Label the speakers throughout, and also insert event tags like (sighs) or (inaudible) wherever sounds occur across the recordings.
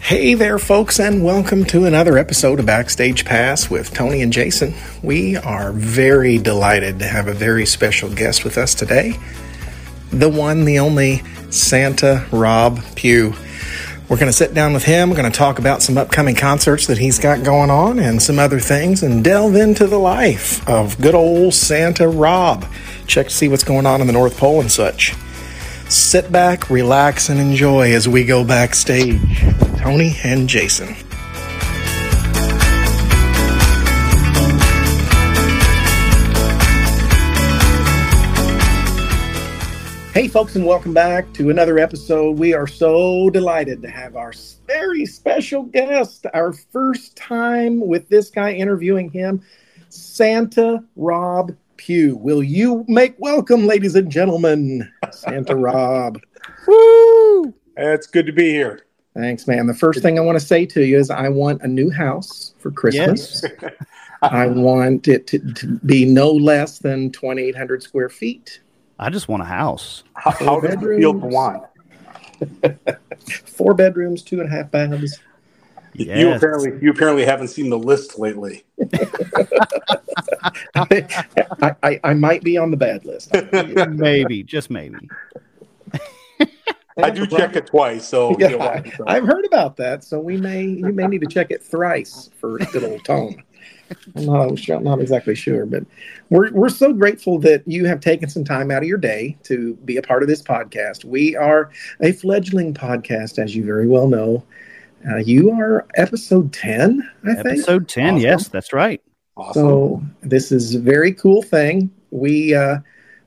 Speaker 1: Hey there, folks, and welcome to another episode of Backstage Pass with Tony and Jason. We are very delighted to have a very special guest with us today the one, the only Santa Rob Pugh. We're going to sit down with him. We're going to talk about some upcoming concerts that he's got going on and some other things and delve into the life of good old Santa Rob. Check to see what's going on in the North Pole and such. Sit back, relax, and enjoy as we go backstage with Tony and Jason. Hey, folks, and welcome back to another episode. We are so delighted to have our very special guest, our first time with this guy interviewing him, Santa Rob Pugh. Will you make welcome, ladies and gentlemen, Santa Rob?
Speaker 2: Woo!
Speaker 3: It's good to be here.
Speaker 1: Thanks, man. The first thing I want to say to you is I want a new house for Christmas. I want it to, to be no less than 2,800 square feet,
Speaker 2: I just want a house.
Speaker 3: How, how does it feel to
Speaker 1: Bedrooms.
Speaker 3: want?
Speaker 1: four bedrooms, two and a half baths. (laughs)
Speaker 2: Yes.
Speaker 3: You
Speaker 2: (laughs)
Speaker 3: apparently you apparently haven't seen the list lately.
Speaker 1: I, I, I might be on the bad list.
Speaker 2: maybe, just maybe.
Speaker 3: I do check it twice, so
Speaker 1: Yeah,
Speaker 3: you know,
Speaker 1: I, I've heard about that, so we may you may need to check it thrice for good old tone. I'm not, sure- I'm not exactly sure, but we're we're so grateful that you have taken some time out of your day to be a part of this podcast. We are a fledgling podcast, as you very well know. Uh, you are episode ten, I think.
Speaker 2: Episode 10. Yes, that's right. (laughs)
Speaker 3: awesome.
Speaker 1: So this is a very cool thing. We uh,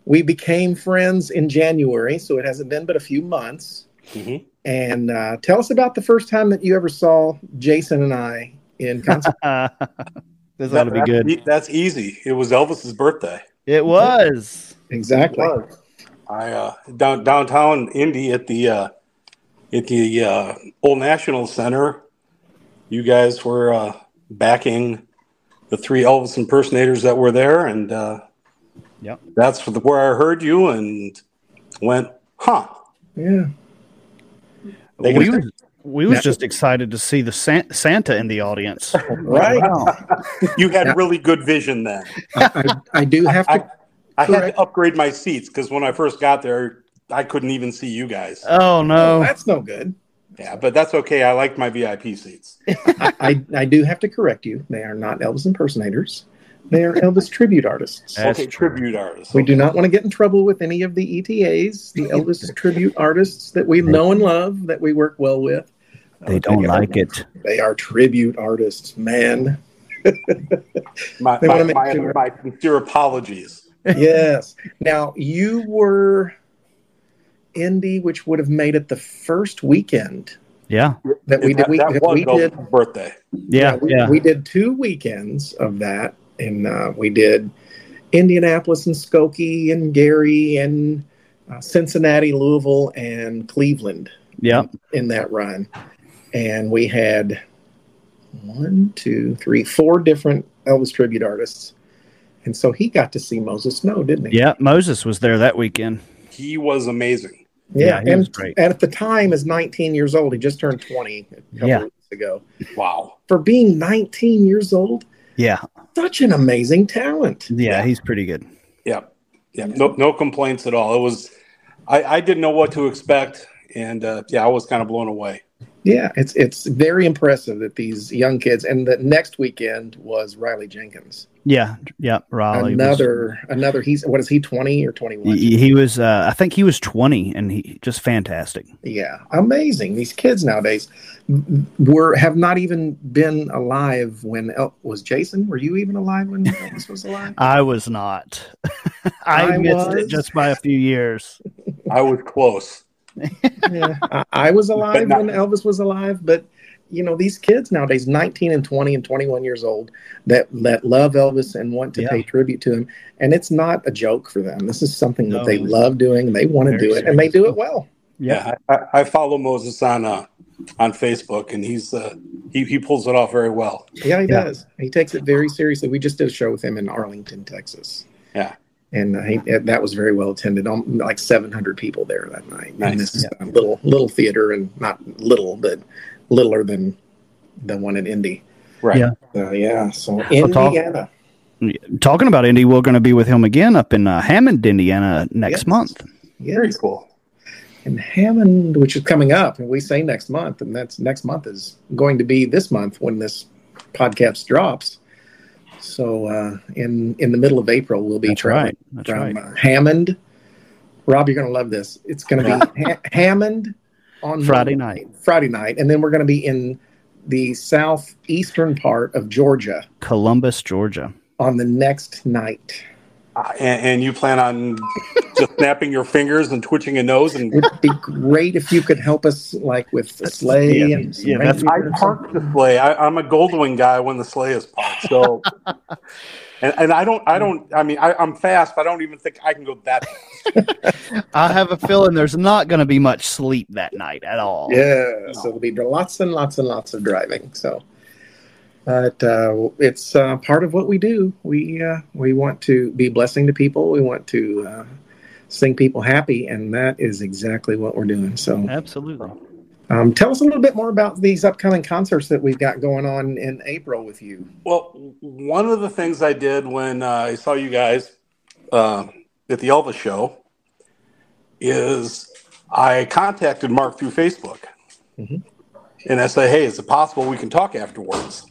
Speaker 1: we became friends in January, so it hasn't been but a few months.
Speaker 3: Mhm.
Speaker 1: And uh, tell us about the first time that you ever saw Jason and I
Speaker 2: (laughs)
Speaker 1: in concert.
Speaker 2: Uh, this ought
Speaker 3: That-
Speaker 2: to be good.
Speaker 3: that's e- That's easy. It was Elvis's birthday.
Speaker 2: It was.
Speaker 1: exactly.
Speaker 3: I uh, down downtown Indy at the uh, at the uh, Old National Center. You guys were uh, backing the three Elvis impersonators that were there, and uh,
Speaker 2: Yep.
Speaker 3: that's for the, where I heard you and went, huh?
Speaker 1: Yeah.
Speaker 3: They can-
Speaker 2: We was, we was
Speaker 1: Yeah.
Speaker 2: just excited to see the San- Santa in the audience.
Speaker 1: Right.
Speaker 2: Wow.
Speaker 3: You
Speaker 1: Yeah.
Speaker 3: had really good vision then.
Speaker 1: I, I do have (laughs) to.
Speaker 3: I had
Speaker 1: Correct.
Speaker 3: to upgrade my seats because when I first got there, I couldn't even see you guys.
Speaker 2: Oh, no.
Speaker 1: That's no good.
Speaker 3: yeah, but that's okay. I liked my VIP seats.
Speaker 1: I, I, I do have to correct you. They are not Elvis impersonators. They are
Speaker 2: (laughs)
Speaker 1: Elvis tribute artists.
Speaker 2: That's
Speaker 3: okay,
Speaker 2: true.
Speaker 3: tribute artists.
Speaker 1: We do not want to get in trouble with any of the ETAs,
Speaker 2: (laughs)
Speaker 1: the Elvis tribute artists that we know and love, that we work well with. Uh,
Speaker 2: They don't like it.
Speaker 1: They are tribute artists, man.
Speaker 3: My,
Speaker 1: They
Speaker 3: my,
Speaker 1: wanna make
Speaker 3: my,
Speaker 1: sure.
Speaker 3: my sincere apologies.
Speaker 1: yes. Now you were Indy, which would have made it the first weekend
Speaker 2: Yeah.
Speaker 1: that we did.
Speaker 3: that,
Speaker 1: We,
Speaker 3: that
Speaker 1: that
Speaker 3: was
Speaker 1: we did.
Speaker 3: Elvis's birthday.
Speaker 2: Yeah.
Speaker 1: we,
Speaker 2: Yeah.
Speaker 1: we did two weekends of that, and uh, we did Indianapolis and Skokie and Gary and uh, Cincinnati, Louisville, and Cleveland
Speaker 2: Yeah.
Speaker 1: in that run, and we had one, two, three, four different Elvis tribute artists. And so he got to see Moses Snow, didn't he?
Speaker 2: Yeah. Moses was there that weekend.
Speaker 3: He was amazing.
Speaker 1: Yeah,
Speaker 2: Yeah, he
Speaker 1: and,
Speaker 2: was great.
Speaker 1: and at the time is 19 years old. He just turned 20 a couple
Speaker 2: Yeah.
Speaker 1: of weeks ago.
Speaker 3: Wow.
Speaker 1: For being 19 years old,
Speaker 2: Yeah.
Speaker 1: such an amazing talent.
Speaker 2: Yeah. He's pretty good.
Speaker 3: Yeah. Yeah. No, no complaints at all. It was, I, I didn't know what to expect. And uh, yeah, I was kind of blown away.
Speaker 1: Yeah, it's it's very impressive that these young kids. And the next weekend was Riley Jenkins.
Speaker 2: Yeah. Yeah. Raleigh. Oh, was-
Speaker 1: another another. He's what is he 20 or 21?
Speaker 2: He, he was, uh, I think he was 20 and he just fantastic.
Speaker 1: Yeah, amazing. These kids nowadays were have not even been alive when El- was Jason. Were you even alive when Elvis was alive?
Speaker 2: I was not. I,
Speaker 1: I
Speaker 2: missed
Speaker 1: was.
Speaker 2: it just by a few years.
Speaker 3: I was close.
Speaker 1: yeah, I, I was alive
Speaker 3: But not-
Speaker 1: when Elvis was alive, but you know these kids nowadays, nineteen and twenty and twenty-one years old, that that love Elvis and want to
Speaker 2: Yeah.
Speaker 1: pay tribute to him, and it's not a joke for them. This is something that
Speaker 2: No.
Speaker 1: they love doing, they want to
Speaker 2: Very
Speaker 1: do it, and they
Speaker 2: serious.
Speaker 1: do it well.
Speaker 2: Yeah.
Speaker 3: I, I- I follow Moses on uh, on Facebook, and he's uh, he he pulls it off very well.
Speaker 1: Yeah, he
Speaker 2: Yeah.
Speaker 1: does. He takes it very seriously. We just did a show with him in Arlington, Texas.
Speaker 3: Yeah.
Speaker 1: And uh, he, that was very well attended. Um, Like 700 people there that night in
Speaker 3: Nice.
Speaker 1: this uh, little little theater, and not little, but littler than the one in Indy.
Speaker 3: Right.
Speaker 2: Yeah.
Speaker 1: So Uh, yeah, so
Speaker 2: So talk-
Speaker 1: Indiana.
Speaker 2: Talking about Indy, we're going to be with him again up in uh, Hammond, Indiana next
Speaker 1: Yes.
Speaker 2: month.
Speaker 3: Very
Speaker 1: Yes.
Speaker 3: cool.
Speaker 1: And Hammond, which is coming up, and we say next month, and that's next month is going to be this month when this podcast drops. So uh, in in the middle of April, we'll be
Speaker 2: That's
Speaker 1: traveling
Speaker 2: right. That's
Speaker 1: from
Speaker 2: right.
Speaker 1: uh, Hammond. Rob, you're going to love this. It's going to
Speaker 2: (laughs)
Speaker 1: be ha- Hammond on
Speaker 2: Friday night,
Speaker 1: Friday night, and then we're going to be in the southeastern part of Georgia
Speaker 2: Columbus, Georgia.
Speaker 1: on the next night.
Speaker 3: Uh, and, and you plan on just snapping your fingers and twitching a nose and
Speaker 1: It'd be great if you could help us, like with a sleigh
Speaker 2: yeah,
Speaker 1: and some
Speaker 2: yeah, that's-
Speaker 3: I
Speaker 1: reindeer or
Speaker 3: park the sleigh. I, I'm a Goldwing guy when the sleigh is parked. So, and, and I don't, I don't. I mean, I, I'm fast. But I don't even think I can go that. Fast.
Speaker 2: I have a feeling there's not going to be much sleep that night at all.
Speaker 1: Yeah, so it'll be lots and lots and lots of driving. So, but uh, it's uh, part of what we do. We uh, we want to be blessing to people. We want to uh, sing people happy, and that is exactly what we're doing. So,
Speaker 2: Absolutely.
Speaker 1: um, tell us a little bit more about these upcoming concerts that we've got going on in April with you.
Speaker 3: Well, one of the things I did when uh, I saw you guys uh, at the Elvis show is I contacted Mark through Facebook,
Speaker 1: Mhm.
Speaker 3: and I said, "Hey, is it possible we can talk afterwards?"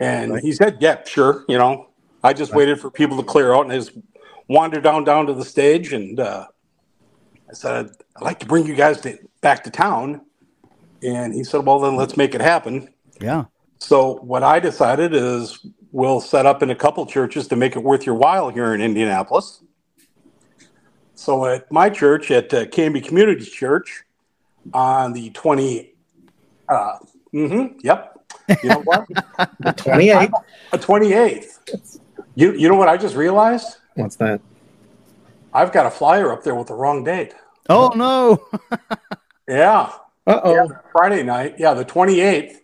Speaker 3: And he said, "Yeah, sure." You know, I just waited for people to clear out, and I just wandered down down to the stage, and uh, I said, "I'd like to bring you guys to, back to town." And he said, "Well, then let's make it happen."
Speaker 2: Yeah.
Speaker 3: So what I decided is we'll set up in a couple churches to make it worth your while here in Indianapolis. So at my church, at uh, Canby Community Church, on the twenty, uh, mm-hmm, yep, you know what, (laughs)
Speaker 1: The twenty eighth.
Speaker 3: twenty eighth. You you know what I just realized?
Speaker 1: What's that?
Speaker 3: I've got a flyer up there with the wrong date.
Speaker 2: Oh no.
Speaker 3: Yeah,
Speaker 1: Uh oh.
Speaker 3: Yeah, Friday night. Yeah, the 28th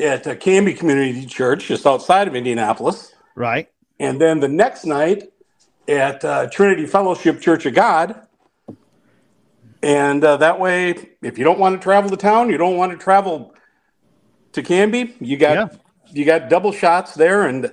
Speaker 3: at uh, Canby Community Church, just outside of Indianapolis.
Speaker 2: (laughs) Right.
Speaker 3: And then the next night at uh, Trinity Fellowship Church of God. And uh, that way, if you don't want to travel to town, you don't want to travel to Canby, you got
Speaker 2: Yeah.
Speaker 3: you got double shots there. And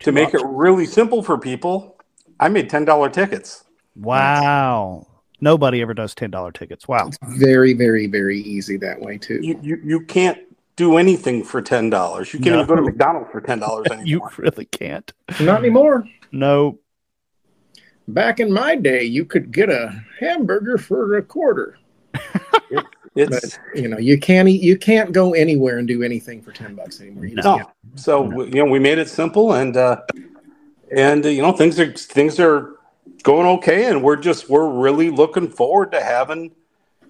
Speaker 3: to make it really simple for people, I made ten dollar tickets.
Speaker 2: Wow. Nobody ever does ten dollar tickets. Wow.
Speaker 1: Very very very easy that way too.
Speaker 3: You you, you can't do anything for ten dollars. You can't
Speaker 2: No.
Speaker 3: even go to McDonald's for ten dollars anymore.
Speaker 2: (laughs) You really can't.
Speaker 1: Not anymore.
Speaker 2: No.
Speaker 1: Back in my day, you could get a hamburger for a quarter.
Speaker 3: It's
Speaker 1: but you know you can't eat, you can't go anywhere and do anything for 10 bucks anymore you just
Speaker 3: no.
Speaker 1: can't.
Speaker 3: So we- you know, we made it simple, and uh, and uh, you know, things are things are going okay, and we're just we're really looking forward to having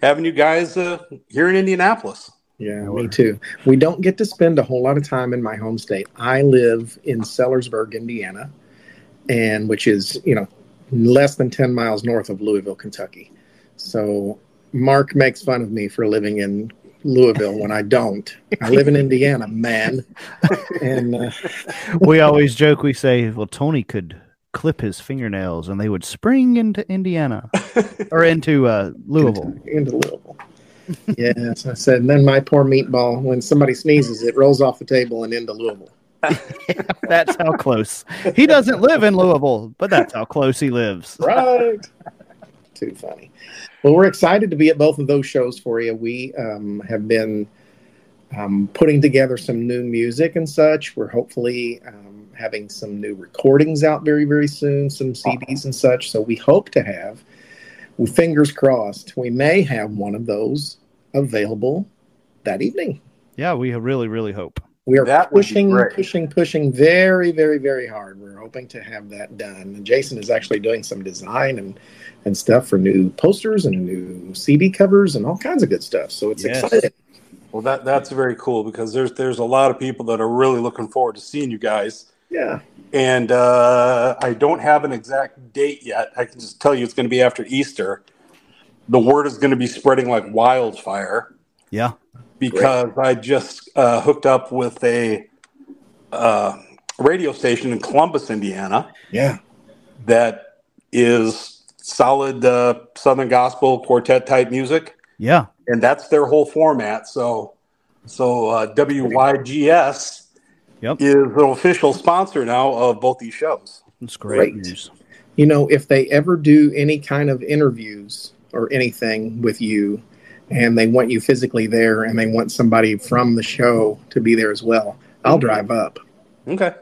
Speaker 3: having you guys uh, here in Indianapolis.
Speaker 1: yeah me too we don't get to spend a whole lot of time in my home state i live in sellersburg indiana and which is you know less than 10 miles north of louisville kentucky so mark makes fun of me for living in louisville when i don't i live in indiana man and uh,
Speaker 2: We always joke. We say, well, Tony could clip his fingernails and they would spring into Indiana or into uh, Louisville.
Speaker 1: into Louisville. (laughs) yes, I said. And then my poor meatball, when somebody sneezes, it rolls off the table and into Louisville.
Speaker 2: That's how close. He doesn't live in Louisville, but that's how close he lives.
Speaker 1: Right. (laughs) Too funny. Well, we're excited to be at both of those shows for you. We um, have been um, putting together some new music and such. We're hopefully um, having some new recordings out very, very soon, some CDs and such. So we hope to have, well, fingers crossed, we may have one of those available that evening.
Speaker 2: Yeah, we really, really hope.
Speaker 1: We are
Speaker 3: That would be
Speaker 1: pushing,
Speaker 3: great.
Speaker 1: pushing, pushing very, very, very hard. We're hoping to have that done. And Jason is actually doing some design and, and stuff for new posters and new CD covers and all kinds of good stuff. So it's
Speaker 2: Yes.
Speaker 1: exciting.
Speaker 3: Well, that that's very cool because there's there's a lot of people that are really looking forward to seeing you guys,
Speaker 1: Yeah.
Speaker 3: and uh, I don't have an exact date yet. I can just tell you it's going to be after Easter. The word is going to be spreading like wildfire.
Speaker 2: Yeah.
Speaker 3: because I just uh, hooked up with a uh, radio station in Columbus, Indiana,
Speaker 1: Yeah.
Speaker 3: that is solid uh, Southern gospel quartet type music.
Speaker 2: Yeah.
Speaker 3: and that's their whole format. So, so uh, WYGS
Speaker 2: Yep.
Speaker 3: is the official sponsor now of both these shows.
Speaker 2: That's great,
Speaker 1: Great.
Speaker 2: news.
Speaker 1: you know, if they ever do any kind of interviews or anything with you and they want you physically there and they want somebody from the show to be there as well, I'll
Speaker 3: Mm-hmm.
Speaker 1: drive up.
Speaker 3: Okay,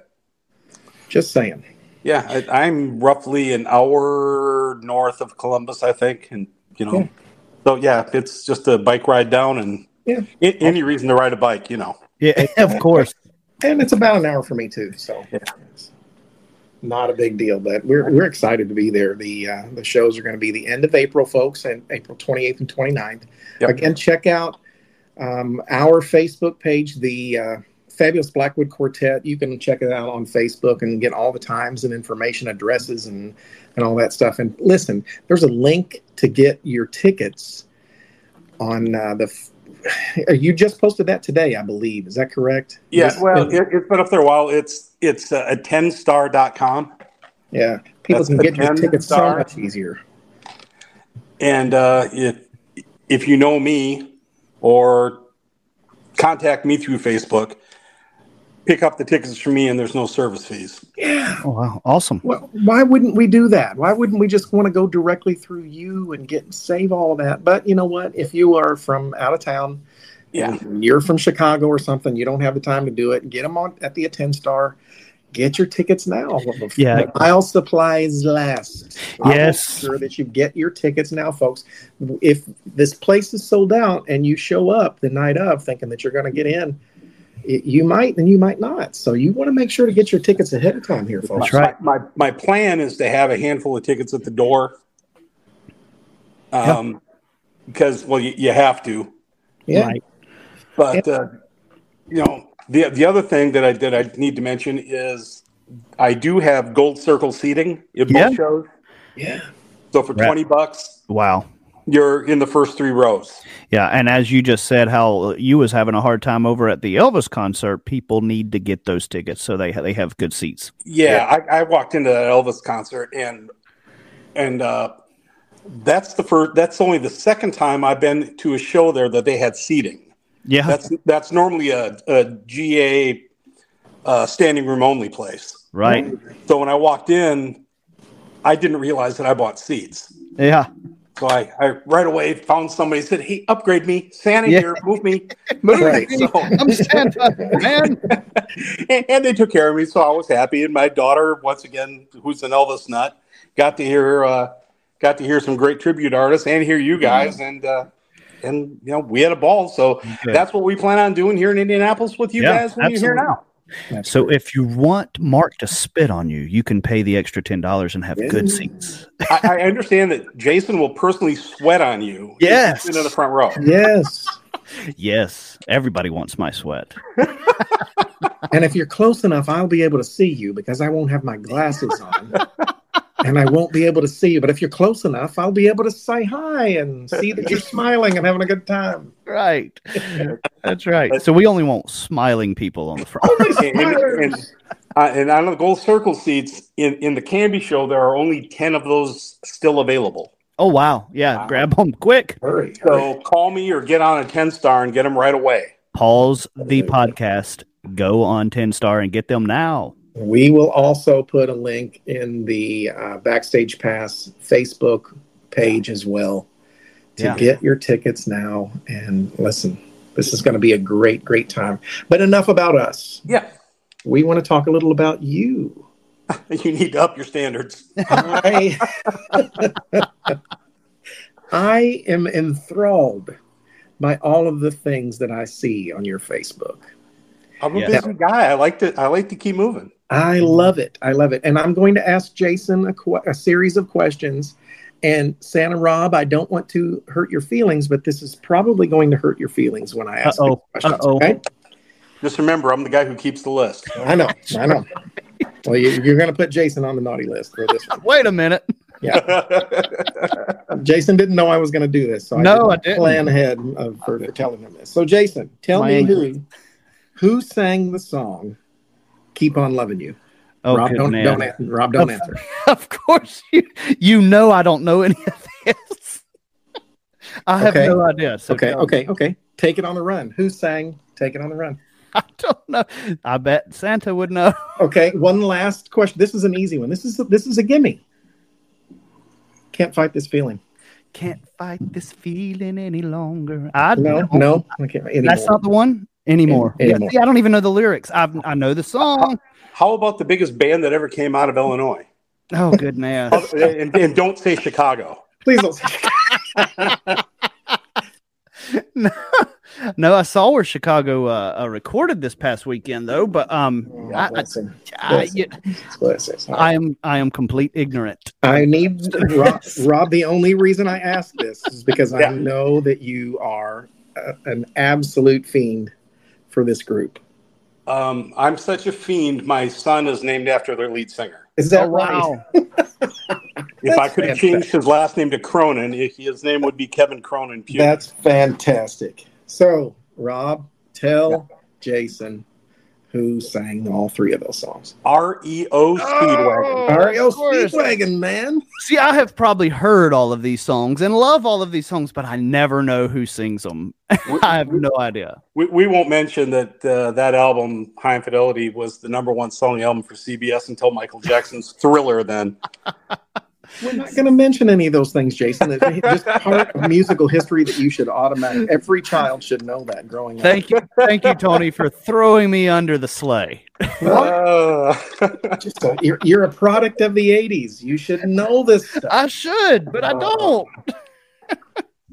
Speaker 1: Just saying.
Speaker 3: yeah, I, I'm roughly an hour north of Columbus, I think, and you know,
Speaker 1: Yeah.
Speaker 3: so yeah, it's just a bike ride down, and
Speaker 1: Yeah.
Speaker 3: a- any reason to ride a bike, you know.
Speaker 2: Yeah, of course.
Speaker 1: And it's about an hour for me too, so
Speaker 3: Yeah.
Speaker 1: it's not a big deal. But we're we're excited to be there. The uh, the shows are going to be the end of April, folks, and April 28th and 29th.
Speaker 3: Yep.
Speaker 1: Again, check out um, our Facebook page, the uh, Fabulous Blackwood Quartet. You can check it out on Facebook and get all the times and information, addresses, and and all that stuff. And listen, there's a link to get your tickets on uh, the. F- (sighs) you just posted that today, I believe. Is that correct?
Speaker 3: Yeah,
Speaker 1: Yes.
Speaker 3: well, it, it's been up there a while. It's it's uh, a 10star.com.
Speaker 1: Yeah, people
Speaker 3: That's
Speaker 1: can
Speaker 3: the
Speaker 1: get your
Speaker 3: 10
Speaker 1: tickets so
Speaker 3: star.
Speaker 1: much easier.
Speaker 3: And uh, if if you know me or contact me through Facebook, pick up the tickets for me, and there's no service fees.
Speaker 1: Yeah.
Speaker 2: Oh, wow. Awesome.
Speaker 1: Well, why wouldn't we do that? Why wouldn't we just want to go directly through you and get save all that? But you know what? If you are from out of town,
Speaker 3: Yeah,
Speaker 1: and you're from Chicago or something, you don't have the time to do it. Get them on at the attend star. Get your tickets now. (laughs)
Speaker 2: Yeah.
Speaker 1: I'll supplies last. I will
Speaker 2: Yes.
Speaker 1: Make sure that you get your tickets now, folks. If this place is sold out and you show up the night of thinking that you're going to get in, it, you might and you might not. So you want to make sure to get your tickets ahead of time here, folks.
Speaker 2: That's right.
Speaker 3: my my plan is to have a handful of tickets at the door. Um, because well, you, you have to.
Speaker 1: Yeah.
Speaker 2: Right.
Speaker 3: But uh, you know, the the other thing that I that I need to mention is I do have gold circle seating at both
Speaker 2: Yeah.
Speaker 3: shows.
Speaker 1: Yeah.
Speaker 3: So for
Speaker 2: Right.
Speaker 3: twenty bucks,
Speaker 2: Wow.
Speaker 3: you're in the first three rows.
Speaker 2: Yeah, and as you just said, how uh, you was having a hard time over at the Elvis concert, people need to get those tickets so they ha- they have good seats.
Speaker 3: Yeah, I, I walked into that Elvis concert and and uh, that's the first. That's only the second time I've been to a show there that they had seating.
Speaker 2: Yeah,
Speaker 3: That's that's normally a, a GA uh, standing room only place.
Speaker 2: right.
Speaker 3: So when I walked in, I didn't realize that I bought seats.
Speaker 2: Yeah,
Speaker 3: So I, I right away found somebody said, "Hey, upgrade me, Santa
Speaker 2: Yeah.
Speaker 3: here, move me."
Speaker 1: Right.
Speaker 3: So,
Speaker 2: I'm Santa, man.
Speaker 3: and, and they took care of me, so I was happy. And my daughter, once again, who's an Elvis nut, got to hear uh, got to hear some great tribute artists and hear
Speaker 2: Mm-hmm.
Speaker 3: you guys. And uh, and you know, we had a ball. So that's what we plan on doing here in Indianapolis with you
Speaker 2: Yeah,
Speaker 3: guys when you're here
Speaker 2: absolutely.
Speaker 3: now.
Speaker 2: So if you want Mark to spit on you, you can pay the extra ten dollars and have
Speaker 1: Yeah.
Speaker 2: good seats.
Speaker 3: I, I understand that Jason will personally sweat on you. if you
Speaker 2: Yes.
Speaker 3: sit in the front row.
Speaker 1: Yes.
Speaker 2: Yes, everybody wants my sweat.
Speaker 1: And if you're close enough, I'll be able to see you because I won't have my glasses (laughs) on. and I won't be able to see you. But if you're close enough, I'll be able to say hi and see that you're smiling and having a good
Speaker 3: (laughs)
Speaker 1: time. (laughs)
Speaker 2: Right, that's right. So we only want smiling people on the front.
Speaker 3: and, and, and, uh, and on the gold circle seats in, in the Canby show, there are only 10 of those still available.
Speaker 2: Oh wow, yeah, grab them quick.
Speaker 1: Hurry.
Speaker 3: So call me or get on a 10 star and get them right away.
Speaker 2: Pause the podcast. Go on ten star and get them now.
Speaker 1: We will also put a link in the uh, Backstage Pass Facebook page as well to
Speaker 2: Yeah.
Speaker 1: get your tickets now. And listen, this is going to be a great, great time. But enough about us.
Speaker 3: Yeah.
Speaker 1: We want to talk a little about you.
Speaker 3: (laughs) You need to up your standards.
Speaker 1: I, (laughs) I am enthralled by all of the things that I see on your Facebook.
Speaker 3: I'm a
Speaker 2: Yeah.
Speaker 3: busy guy. I like to I like to keep moving.
Speaker 1: I
Speaker 2: Mm-hmm.
Speaker 1: love it. I love it. And I'm going to ask Jason a, que- a series of questions. And Santa Rob, I don't want to hurt your feelings, but this is probably going to hurt your feelings when I ask the
Speaker 2: Uh-oh.
Speaker 1: questions.
Speaker 2: Uh-oh.
Speaker 1: Okay?
Speaker 3: Just remember, I'm the guy who keeps the list. (laughs)
Speaker 1: I know. I know. Well, you, you're going to put Jason on the naughty list for this one.
Speaker 2: Wait a minute.
Speaker 1: Jason didn't know I was going to do this, so I
Speaker 2: No,
Speaker 1: didn't
Speaker 2: I didn't.
Speaker 1: plan ahead of, for, for telling him this. So, Jason, tell
Speaker 2: My
Speaker 1: me
Speaker 2: ankle.
Speaker 1: who who sang the song "Keep on Loving You."
Speaker 2: Oh,
Speaker 1: Rob,
Speaker 2: good
Speaker 1: don't,
Speaker 2: man.
Speaker 1: don't an- Rob, don't
Speaker 2: Oh, (laughs)
Speaker 1: answer.
Speaker 2: of course you you know I don't know any of this. I have
Speaker 1: Okay.
Speaker 2: no idea. So
Speaker 1: Okay,
Speaker 2: no.
Speaker 1: okay, okay. Take it on the run. Who sang Take It on the Run?
Speaker 2: (laughs) I don't know. I bet Santa would know.
Speaker 1: Okay, one last question. This is an easy one. This is this is a gimme. Can't fight this feeling.
Speaker 2: Can't fight this feeling any longer. I
Speaker 1: No,
Speaker 2: don't-
Speaker 1: no. I can't anymore.
Speaker 2: That's not the one anymore.
Speaker 1: Any-
Speaker 2: Yeah,
Speaker 1: anymore.
Speaker 2: see, I don't even know the lyrics. I I know the song.
Speaker 3: How about the biggest band that ever came out of
Speaker 2: (laughs)
Speaker 3: Illinois?
Speaker 2: Oh goodness.
Speaker 3: Other- and, and don't say Chicago.
Speaker 1: Please don't. say-
Speaker 2: no, no, I saw where Chicago uh, uh, recorded this past weekend though, but um, (laughs) I, I,
Speaker 1: Bless him.
Speaker 2: I, you-
Speaker 1: Bless him. I,
Speaker 2: I am I am complete ignorant.
Speaker 1: need Rob,
Speaker 2: (laughs)
Speaker 1: Rob. The only reason I ask this is because
Speaker 3: Yeah.
Speaker 1: I know that you are uh an absolute fiend for this group.
Speaker 3: Um, I'm such a fiend. My son is named after their lead singer.
Speaker 1: Is that
Speaker 2: Oh,
Speaker 1: right?
Speaker 2: wow.
Speaker 3: If I
Speaker 1: That's
Speaker 3: could have
Speaker 1: fantastic.
Speaker 3: changed his last name to Cronin, i- his name would be Kevin Cronin Pugh.
Speaker 1: That's fantastic. So, Rob, tell Jason who sang all three of those songs.
Speaker 3: R E O Speedwagon.
Speaker 2: Oh,
Speaker 1: Mario
Speaker 2: of course.
Speaker 1: Speedwagon, man.
Speaker 2: See, I have probably heard all of these songs and love all of these songs, but I never know who sings them. (laughs) I have no idea.
Speaker 3: We, we won't mention that uh, that album, High Infidelity, was the number one selling album for CBS until Michael Jackson's Thriller. Then
Speaker 1: We're not going to mention any of those things, Jason. It's just part
Speaker 2: (laughs)
Speaker 1: of musical history that you should automatically, every child should know that growing up.
Speaker 2: Thank you, thank you, Tony, for throwing me under the sleigh.
Speaker 3: Uh, (laughs)
Speaker 1: Just so- you're, you're a product of the 80s. You should know this stuff.
Speaker 2: I should, but I don't.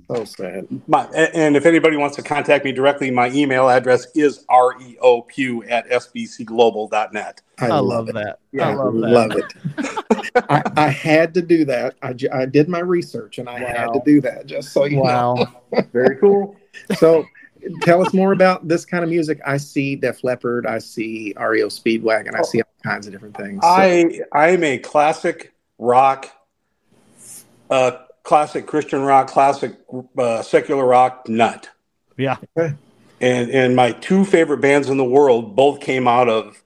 Speaker 1: So sad.
Speaker 3: my, a- and if anybody wants to contact me directly, my email address is R E O P at sbcglobal.net.
Speaker 1: I,
Speaker 2: I, love
Speaker 1: it.
Speaker 2: that.
Speaker 3: Yeah,
Speaker 2: I love that.
Speaker 1: Love it. I, I had to do that. I, ju- I did my research and I had to
Speaker 2: Wow.
Speaker 1: do that just so you know.
Speaker 2: Wow.
Speaker 3: Very cool.
Speaker 1: So tell us more about this kind of music. I see Def Leppard, I see REO Speedwagon, I see all kinds of different things. So-
Speaker 3: I I'm a classic rock, uh, classic Christian rock, classic uh, secular rock nut.
Speaker 2: Yeah.
Speaker 1: Okay.
Speaker 3: And and my two favorite bands in the world both came out of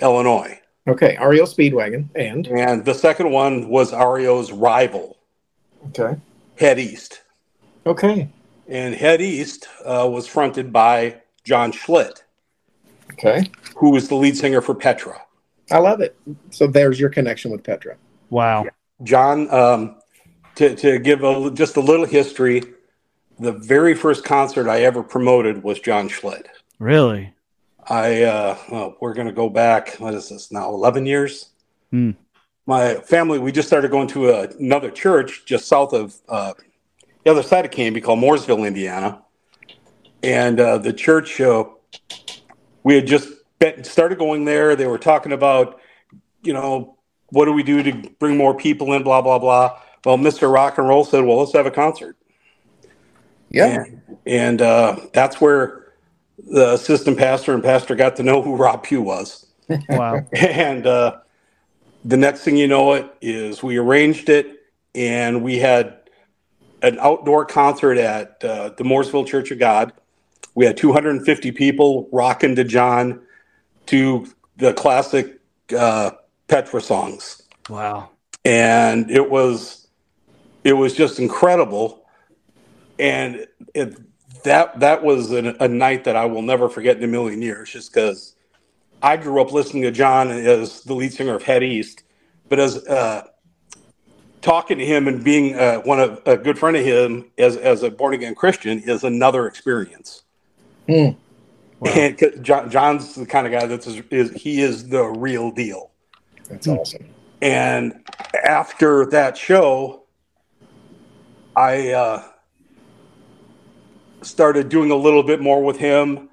Speaker 3: Illinois,
Speaker 1: okay, REO Speedwagon and
Speaker 3: and the second one was REO's rival,
Speaker 1: okay,
Speaker 3: Head East,
Speaker 1: okay,
Speaker 3: and Head East uh, was fronted by John Schlitt,
Speaker 1: okay.
Speaker 3: who was the lead singer for Petra.
Speaker 1: I love it. So there's your connection with Petra.
Speaker 2: Wow.
Speaker 3: John, um, to, to give a, just a little history, the very first concert I ever promoted was John Schlitt.
Speaker 2: Really?
Speaker 3: I uh, well, we're going to go back. What is this now? Eleven years.
Speaker 2: Hmm.
Speaker 3: My family. We just started going to a, another church just south of uh, the other side of Canby called Mooresville, Indiana, and uh, the church. Uh, we had just been, started going there. They were talking about, you know, what do we do to bring more people in? Blah blah blah. Well, Mister Rock and Roll said, "Well, let's have a concert." And, and, uh, that's where the assistant pastor and pastor got to know who Rob Pugh was. (laughs)
Speaker 2: Wow.
Speaker 3: And uh, the next thing you know, it is we arranged it and we had an outdoor concert at uh, the Mooresville Church of God. We had 250 people rocking to John to the classic uh, Petra songs
Speaker 2: wow.
Speaker 3: and it was it was just incredible and it, that that was an, a night that I will never forget in a million years just because I grew up listening to John as the lead singer of Head East but as uh, talking to him and being uh, one of a good friend of him as, as a born again Christian is another experience
Speaker 1: Hmm.
Speaker 2: Wow.
Speaker 3: and 'cause John, John's the kind of guy that's is he is the real deal
Speaker 1: That's awesome.
Speaker 3: and after that show, I uh, started doing a little bit more with him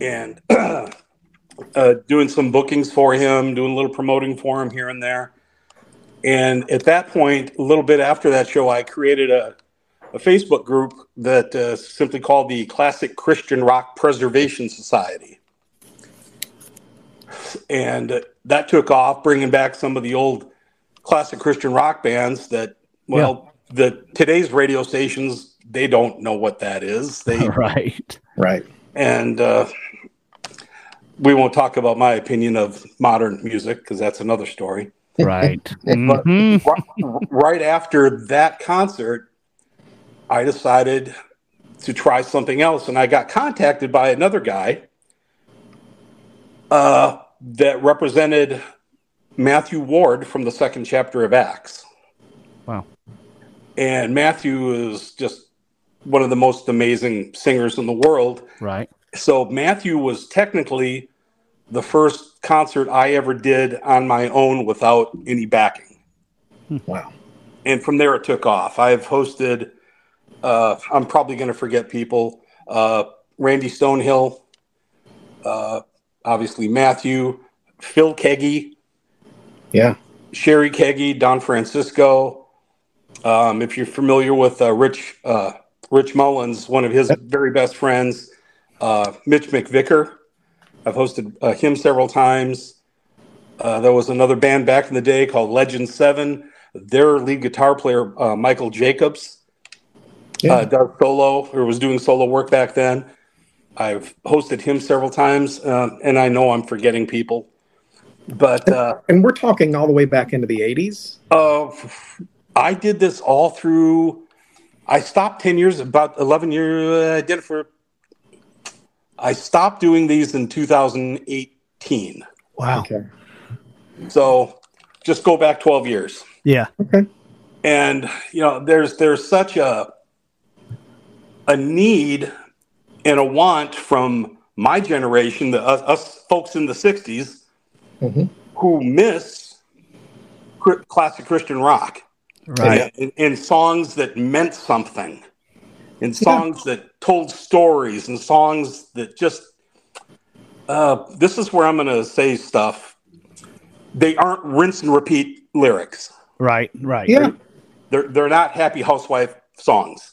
Speaker 3: and (clears throat) uh, doing some bookings for him, doing a little promoting for him here and there. And at that point, a little bit after that show, I created a, a Facebook group that uh, simply called the Classic Christian Rock Preservation Society and that took off, bringing back some of the old classic Christian rock bands that, well, the today's radio stations they don't know what that is. They
Speaker 2: (laughs) Right.
Speaker 1: Right.
Speaker 3: and uh, we won't talk about my opinion of modern music because that's another story.
Speaker 2: Right.
Speaker 3: Right after that concert, I decided to try something else, and I got contacted by another guy uh, that represented Matthew Ward from the second chapter of Acts.
Speaker 2: Wow.
Speaker 3: And Matthew is just one of the most amazing singers in the world.
Speaker 2: Right.
Speaker 3: So Matthew was technically the first concert I ever did on my own without any backing.
Speaker 1: Wow.
Speaker 3: And from there it took off. I've hosted, uh, I'm probably going to forget people, uh, Randy Stonehill, uh, obviously Matthew, Phil Keggy,
Speaker 1: Yeah.
Speaker 3: Sherry Keggy, Don Francisco. Um, if you're familiar with uh, Rich uh, Rich Mullins, one of his very best friends, uh, Mitch McVicker. I've hosted uh, him several times. Uh, there was another band back in the day called Legend Seven. Their lead guitar player, uh, Michael Jacobs, uh, does solo or was doing solo work back then. I've hosted him several times, um, and I know I'm forgetting people, but. Uh,
Speaker 1: and we're talking all the way back into the 80s.
Speaker 3: Uh, I did this all through. I stopped ten years, about eleven years. I did it for. I stopped doing these in 2018.
Speaker 2: Wow.
Speaker 1: Okay.
Speaker 3: So, just go back 12 years,
Speaker 2: Yeah.
Speaker 3: and you know, there's there's such a a need and a want from my generation, the us, us folks in the 60s,
Speaker 1: Mhm.
Speaker 3: who miss cr- classic Christian rock.
Speaker 2: Right.
Speaker 3: Yeah, in, in songs that meant something, in songs that told stories, and songs that just. Uh, this is where I'm going to say stuff. They aren't rinse and repeat lyrics.
Speaker 2: Right. Right.
Speaker 1: Yeah.
Speaker 3: They're they're not happy housewife songs.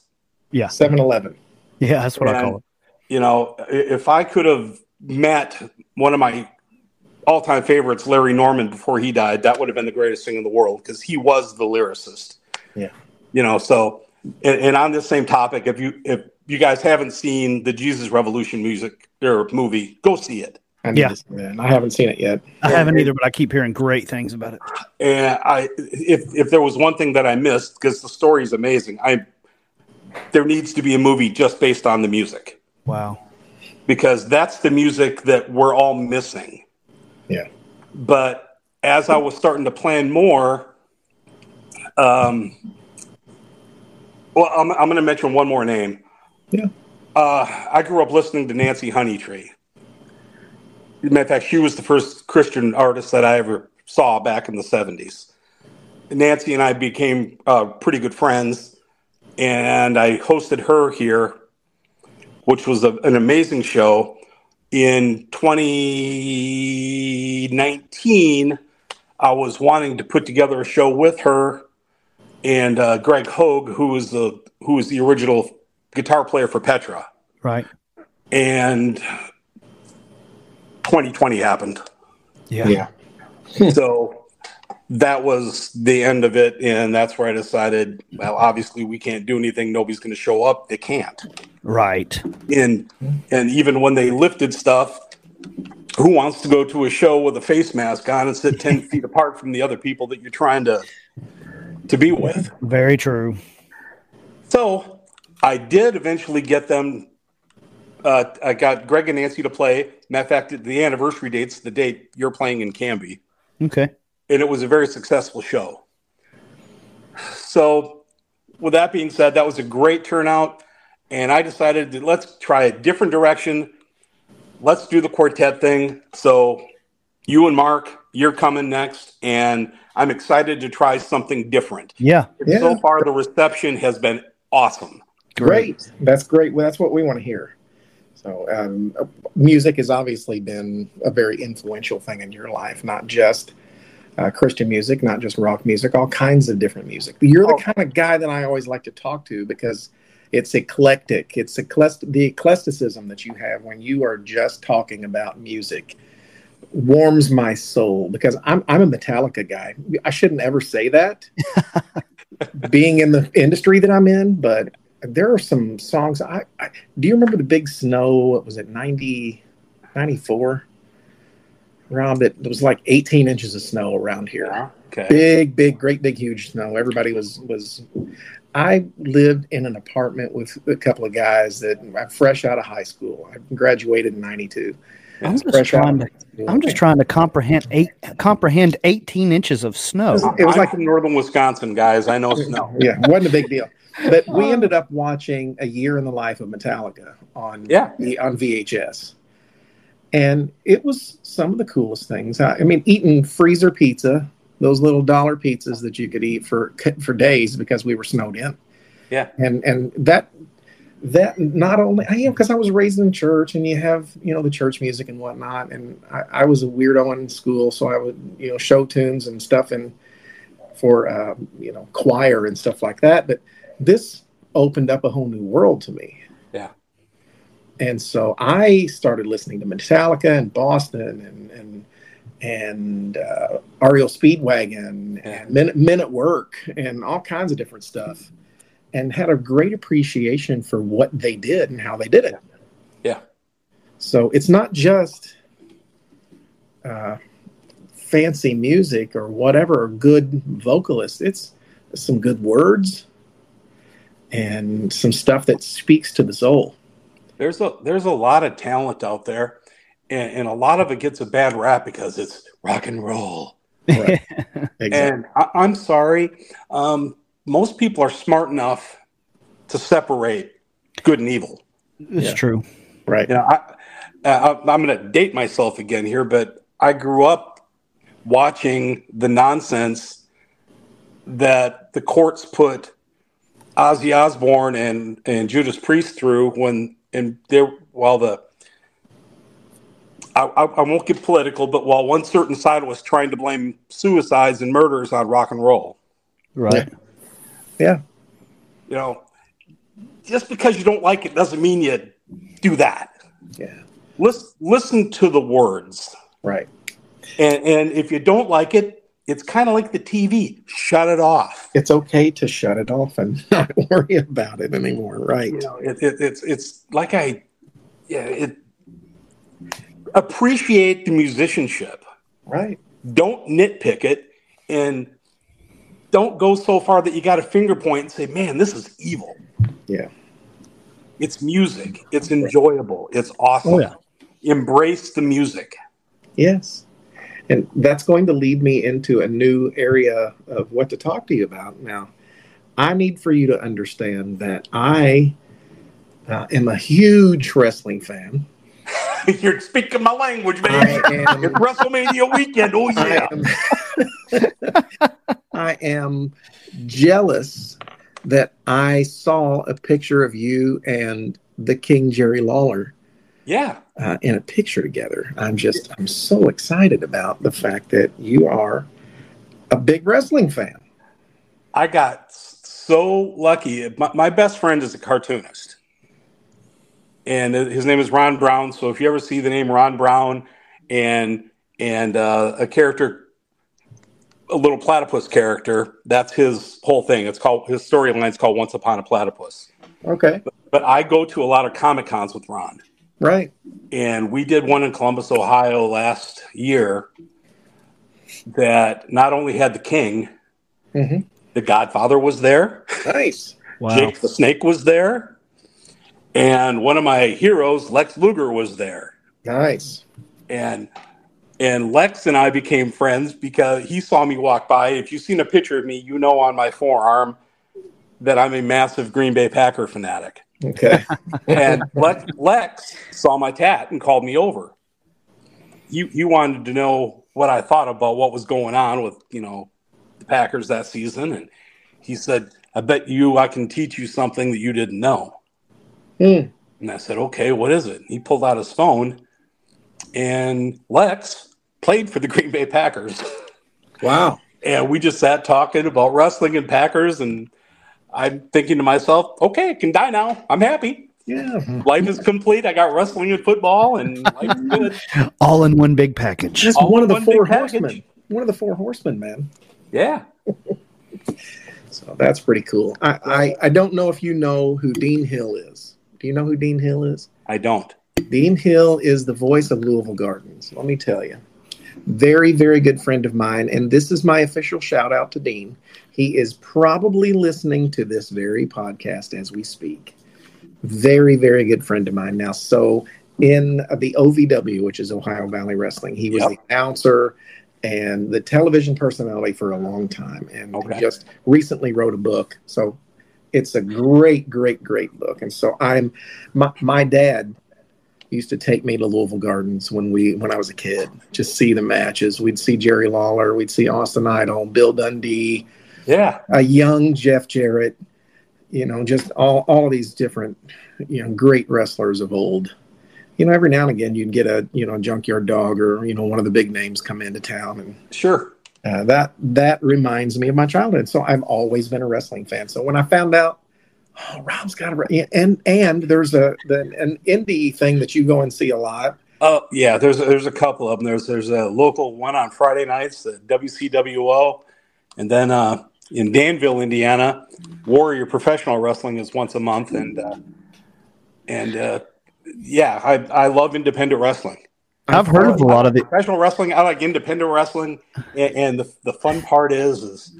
Speaker 2: Yeah.
Speaker 1: 7 Eleven.
Speaker 2: Yeah. That's what I
Speaker 3: And,
Speaker 2: call it.
Speaker 3: You know, i- if I could have met one of my all-time favorites, Larry Norman, before he died, that would have been the greatest thing in the world because he was the lyricist.
Speaker 1: Yeah.
Speaker 3: You know, so and, and on this same topic, if you if you guys haven't seen the Jesus Revolution music or movie, go see it.
Speaker 1: I need
Speaker 2: Yeah.
Speaker 1: to see that. and I haven't seen it yet.
Speaker 2: I haven't either, but I keep hearing great things about it.
Speaker 3: And I, if if there was one thing that I missed, because the story is amazing, I there needs to be a movie just based on the music.
Speaker 2: Wow.
Speaker 3: because that's the music that we're all missing.
Speaker 1: Yeah.
Speaker 3: But as I was starting to plan more, um, well, I'm, I'm going to mention one more name.
Speaker 1: Yeah.
Speaker 3: Uh, I grew up listening to Nancy Honeytree. As a matter of fact, she was the first Christian artist that I ever saw back in the 70s. Nancy and I became uh, pretty good friends, and I hosted her here which was a, an amazing show. In 2019, I was wanting to put together a show with her and uh, Greg Hogue, who was the who was the original guitar player for Petra.
Speaker 2: Right.
Speaker 3: And 2020 happened,
Speaker 2: Yeah.
Speaker 3: so that was the end of it, and that's where I decided. Well, obviously, we can't do anything. Nobody's going to show up. They can't.
Speaker 2: Right.
Speaker 3: and and even when they lifted stuff who wants to go to a show with a face mask on and sit 10 feet apart from the other people that you're trying to to be with
Speaker 2: Very true.
Speaker 3: so i did eventually get them uh, i got greg and nancy to play matter of fact the anniversary date's the date you're playing in canby
Speaker 2: Okay.
Speaker 3: and it was a very successful show. So, with that being said, that was a great turnout, and I decided that let's try a different direction. Let's do the quartet thing. So, you and Mark, you're coming next, and I'm excited to try something different.
Speaker 2: Yeah.
Speaker 1: Yeah.
Speaker 3: So far, the reception has been awesome.
Speaker 1: Great. That's great. Well, that's what we want to hear. So, um, music has obviously been a very influential thing in your life, not just uh, Christian music, not just rock music, all kinds of different music. You're the
Speaker 3: Oh.
Speaker 1: kind of guy that I always like to talk to because it's eclectic. It's eclest- the eclecticism that you have when you are just talking about music warms my soul because I'm, I'm a Metallica guy. I shouldn't ever say that being in the industry that I'm in, but there are some songs. I, I do you remember the big snow? What was it 90, 94? Rob, it, it was like 18 inches of snow around here.
Speaker 3: Okay.
Speaker 1: big big great big huge snow everybody was was i lived in an apartment with a couple of guys that i'm fresh out of high school i graduated in 92
Speaker 2: I'm just
Speaker 1: fresh out
Speaker 2: trying
Speaker 1: of
Speaker 2: to.
Speaker 1: high school.
Speaker 2: I'm just trying to comprehend eight comprehend 18 inches of snow.
Speaker 1: It was
Speaker 3: I'm
Speaker 1: like-
Speaker 3: from northern Wisconsin, guys. I (laughs) know snow.
Speaker 1: yeah wasn't a big deal but we ended up watching a year in the life of metallica on
Speaker 3: Yeah.
Speaker 1: the- on vhs and it was some of the coolest things i, I mean eating freezer pizza those little dollar pizzas that you could eat for for days because we were snowed in
Speaker 3: Yeah.
Speaker 1: and and that that not only I you know because I was raised in church and you have you know the church music and whatnot and I, I was a weirdo in school so I would you know show tunes and stuff and for uh, you know choir and stuff like that but this opened up a whole new world to me
Speaker 3: Yeah.
Speaker 1: and so I started listening to Metallica and Boston and and and uh, Ariel Speedwagon
Speaker 3: Yeah.
Speaker 1: and Men, Men at Work and all kinds of different stuff and had a great appreciation for what they did and how they did it.
Speaker 3: Yeah.
Speaker 1: So it's not just uh, fancy music or whatever, or good vocalists. It's some good words and some stuff that speaks to the soul.
Speaker 3: There's a there's a lot of talent out there, and, and a lot of it gets a bad rap because it's rock and roll.
Speaker 1: Right. Exactly.
Speaker 3: And I, I'm sorry, um, most people are smart enough to separate good and evil.
Speaker 2: It's
Speaker 1: Yeah.
Speaker 2: true.
Speaker 1: right.
Speaker 3: You know, I, uh, I- I'm going to date myself again here, but I grew up watching the nonsense that the courts put Ozzy Osbourne and, and Judas Priest through when and there while the I, I, I won't get political, but while one certain side was trying to blame suicides and murders on rock and roll,
Speaker 2: Right.
Speaker 1: Yeah.
Speaker 3: you know, just because you don't like it doesn't mean you do that.
Speaker 1: Yeah.
Speaker 3: Listen, listen to the words.
Speaker 1: Right.
Speaker 3: And, and if you don't like it, it's kind of like the TV. Shut it off.
Speaker 1: It's okay to shut it off and (laughs) not worry about it anymore. Right.
Speaker 3: You know, it, it, it's it's like I, yeah, it appreciate the musicianship.
Speaker 1: Right.
Speaker 3: Don't nitpick it, and don't go so far that you got a finger point and say, "Man, this is evil."
Speaker 1: Yeah.
Speaker 3: It's music. It's enjoyable. It's awesome.
Speaker 2: Oh, yeah.
Speaker 3: Embrace the music. (laughs)
Speaker 1: Yes. And that's going to lead me into a new area of what to talk to you about. Now, I need for you to understand that I uh, am a huge wrestling fan.
Speaker 3: You're speaking my language,
Speaker 1: I
Speaker 3: man. (laughs)
Speaker 1: am,
Speaker 3: It's WrestleMania weekend. Oh yeah.
Speaker 1: I am, (laughs) I am jealous that I saw a picture of you and the King Jerry Lawler
Speaker 3: Yeah.
Speaker 1: uh, in a picture together. I'm just, I'm so excited about the fact that you are a big wrestling fan.
Speaker 3: I got s- so lucky. My, my best friend is a cartoonist, and his name is Ron Brown. So if you ever see the name Ron Brown and and uh, a character, a little platypus character, that's his whole thing. It's called his storyline's called Once Upon a Platypus.
Speaker 1: Okay.
Speaker 3: But I go to a lot of comic cons with Ron,
Speaker 1: Right.
Speaker 3: and we did one in Columbus, Ohio last year. That not only had the King,
Speaker 1: hmm
Speaker 3: the Godfather was there.
Speaker 1: Nice.
Speaker 2: Wow.
Speaker 3: Jake the Snake was there, and one of my heroes, Lex Luger, was there.
Speaker 1: Nice.
Speaker 3: And and Lex and I became friends because he saw me walk by. If you've seen a picture of me, you know on my forearm that I'm a massive Green Bay Packer fanatic.
Speaker 1: Okay.
Speaker 3: And Lex, Lex saw my tat and called me over. He he wanted to know what I thought about what was going on with you know the Packers that season, and he said, "I bet you I can teach you something that you didn't know."
Speaker 1: Hmm.
Speaker 3: And I said, okay, what is it? He pulled out his phone, and Lex played for the Green Bay Packers.
Speaker 1: Wow.
Speaker 3: And we just sat talking about wrestling and Packers. And I'm thinking to myself, okay, I can die now. I'm happy.
Speaker 1: Yeah.
Speaker 3: Life is complete. I got wrestling and football, and life is good.
Speaker 2: All in one big package.
Speaker 1: Just
Speaker 3: All
Speaker 1: one of the
Speaker 3: one
Speaker 1: four
Speaker 3: big package.
Speaker 1: horsemen. One of the four horsemen, man.
Speaker 3: Yeah.
Speaker 1: So that's pretty cool. I, I, I don't know if you know who Dean Hill is. Do you know who Dean Hill is?
Speaker 3: I don't.
Speaker 1: Dean Hill is the voice of Louisville Gardens. Let me tell you. Very, very good friend of mine. And this is my official shout out to Dean. He is probably listening to this very podcast as we speak. Very, very good friend of mine. Now, so in the OVW, which is Ohio Valley Wrestling, he was
Speaker 3: Yep.
Speaker 1: the announcer and the television personality for a long time. And
Speaker 3: Okay.
Speaker 1: just recently wrote a book. So it's a great, great, great book. And so I'm my, my dad used to take me to Louisville Gardens when we when I was a kid. Just see the matches. We'd see Jerry Lawler, we'd see Austin Idol, Bill Dundee,
Speaker 3: Yeah.
Speaker 1: a young Jeff Jarrett, you know, just all all of these different, you know, great wrestlers of old. You know, every now and again you'd get a you know junkyard dog or you know one of the big names come into town and
Speaker 3: Sure.
Speaker 1: uh, that that reminds me of my childhood. So I've always been a wrestling fan. So when I found out, oh, Rob's got a re- and and there's a the, an indie thing that you go and see a lot.
Speaker 3: Oh yeah, there's there's a couple of them. There's there's a local one on Friday nights, the WCWO, and then uh, in Danville, Indiana, Warrior Professional Wrestling is once a month, and uh, and uh, yeah, I I love independent wrestling.
Speaker 2: I've heard of a lot of the.
Speaker 3: professional wrestling. I like independent wrestling, and, and the the fun part is is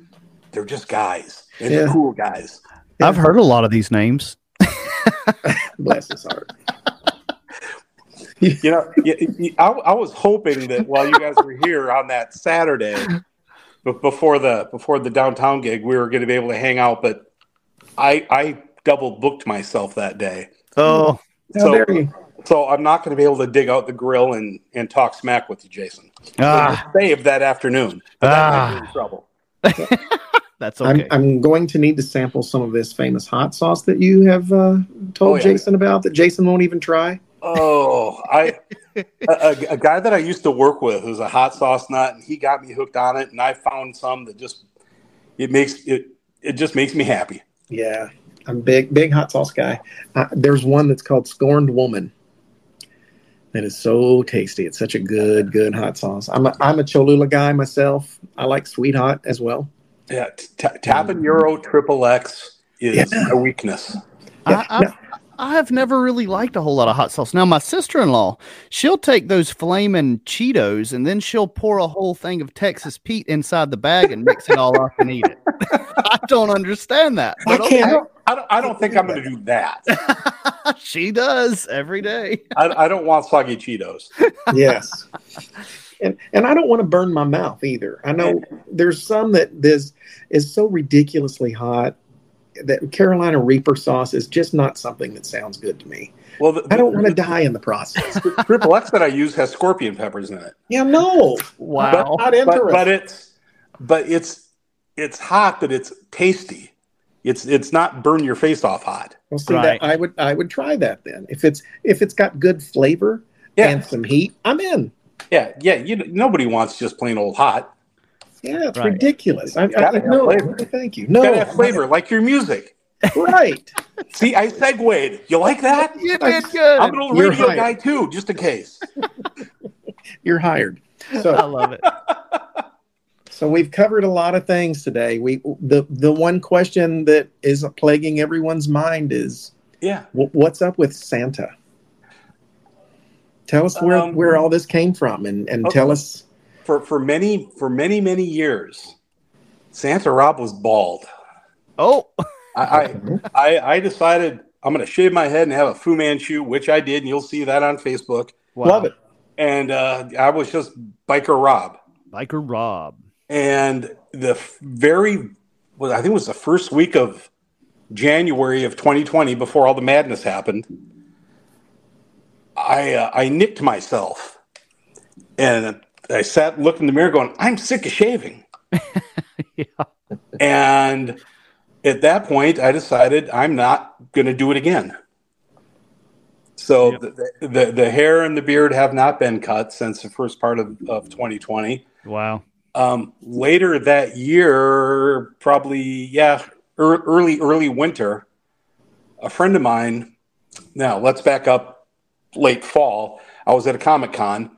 Speaker 3: they're just guys and
Speaker 1: Yeah.
Speaker 3: they're cool guys.
Speaker 2: I've heard a lot of these names.
Speaker 1: Bless his
Speaker 2: (laughs)
Speaker 1: heart.
Speaker 3: You know, y- y- I, I was hoping that while you guys were here on that Saturday, be- before the before the downtown gig, we were going to be able to hang out, but I I double booked myself that day,
Speaker 2: Oh,
Speaker 1: How
Speaker 3: So-
Speaker 1: dare you?
Speaker 3: so I'm not going to be able to dig out the grill and and talk smack with you, Jason.
Speaker 2: ah,
Speaker 3: Save that afternoon. But that might be in
Speaker 2: Ah.
Speaker 3: trouble.
Speaker 2: that's okay.
Speaker 1: I'm, I'm going to need to sample some of this famous hot sauce that you have uh, told
Speaker 3: Oh, yeah.
Speaker 1: Jason about that Jason won't even try.
Speaker 3: Oh, I a, a, a guy that I used to work with who's a hot sauce nut, and he got me hooked on it, and I found some that just it makes it it just makes me happy.
Speaker 1: Yeah, I'm big big hot sauce guy. Uh, there's one that's called Scorned Woman. That is so tasty. It's such a good good hot sauce. I'm a, I'm a Cholula guy myself. I like sweet hot as well.
Speaker 3: Yeah, t- ta- Tabanero Triple X is
Speaker 1: Mm-hmm. Yeah.
Speaker 3: my weakness.
Speaker 1: Yeah,
Speaker 2: I, I've, I've never really liked a whole lot of hot sauce. Now, my sister in law, she'll take those flaming Cheetos and then she'll pour a whole thing of Texas Pete inside the bag and mix it all up and eat it. (laughs) I don't understand that.
Speaker 3: I
Speaker 2: But
Speaker 3: can't. I don't, I don't think I'm going to do that.
Speaker 2: okay, (laughs) she does every day.
Speaker 3: I, I don't want soggy Cheetos.
Speaker 1: yes. And and I don't want to burn my mouth either. I know there's some that this is so ridiculously hot that Carolina Reaper sauce is just not something that sounds good to me.
Speaker 3: Well, the,
Speaker 1: I don't want to die in the process.
Speaker 3: the Triple X that I use has scorpion peppers in it,
Speaker 1: Yeah, no.
Speaker 2: Wow.
Speaker 1: Not
Speaker 3: (laughs) but,
Speaker 1: interested.
Speaker 3: but it's but it's it's hot, but it's tasty. It's it's not burn your face off hot.
Speaker 1: Well, see
Speaker 2: Right.
Speaker 1: that I would I would try that then if it's if it's got good flavor
Speaker 3: Yeah,
Speaker 1: and some heat, I'm in.
Speaker 3: yeah, yeah. You nobody wants just plain old hot.
Speaker 1: Yeah, it's
Speaker 2: Right.
Speaker 1: ridiculous. I, I,
Speaker 3: gotta have
Speaker 1: no,
Speaker 3: flavor.
Speaker 1: thank you.
Speaker 3: You
Speaker 1: No,
Speaker 3: gotta have flavor like your music.
Speaker 1: (laughs) right?
Speaker 3: See, I segued. You like
Speaker 2: (laughs)
Speaker 3: that?
Speaker 2: You did good.
Speaker 3: I'm an old
Speaker 1: You're
Speaker 3: radio
Speaker 1: hired.
Speaker 3: guy too, just in case.
Speaker 1: You're hired. So
Speaker 2: I love it.
Speaker 1: So we've covered a lot of things today. We the the one question that is plaguing everyone's mind is
Speaker 3: Yeah.
Speaker 1: wh- what's up with Santa? Tell us where
Speaker 3: Um,
Speaker 1: where all this came from, and and
Speaker 3: okay.
Speaker 1: tell us.
Speaker 3: for for many for many many years, Santa Rob was bald.
Speaker 2: Oh,
Speaker 3: I I, I, I decided I'm going to shave my head and have a Fu Manchu, which I did, and you'll see that on Facebook.
Speaker 2: wow.
Speaker 1: Love it.
Speaker 3: And uh, I was just biker Rob,
Speaker 2: Biker Rob.
Speaker 3: and the f- very well, I think it was the first week of January of 2020 before all the madness happened. I uh, I nicked myself, and I sat looked in the mirror, going, "I'm sick of shaving."
Speaker 2: Yeah.
Speaker 3: And at that point, I decided I'm not going to do it again. So
Speaker 2: Yep.
Speaker 3: the, the the hair and the beard have not been cut since the first part of, of 2020.
Speaker 2: Wow.
Speaker 3: Um, later that year, probably yeah, ear- early early winter, a friend of mine. Now let's back up late fall. I was at a comic con,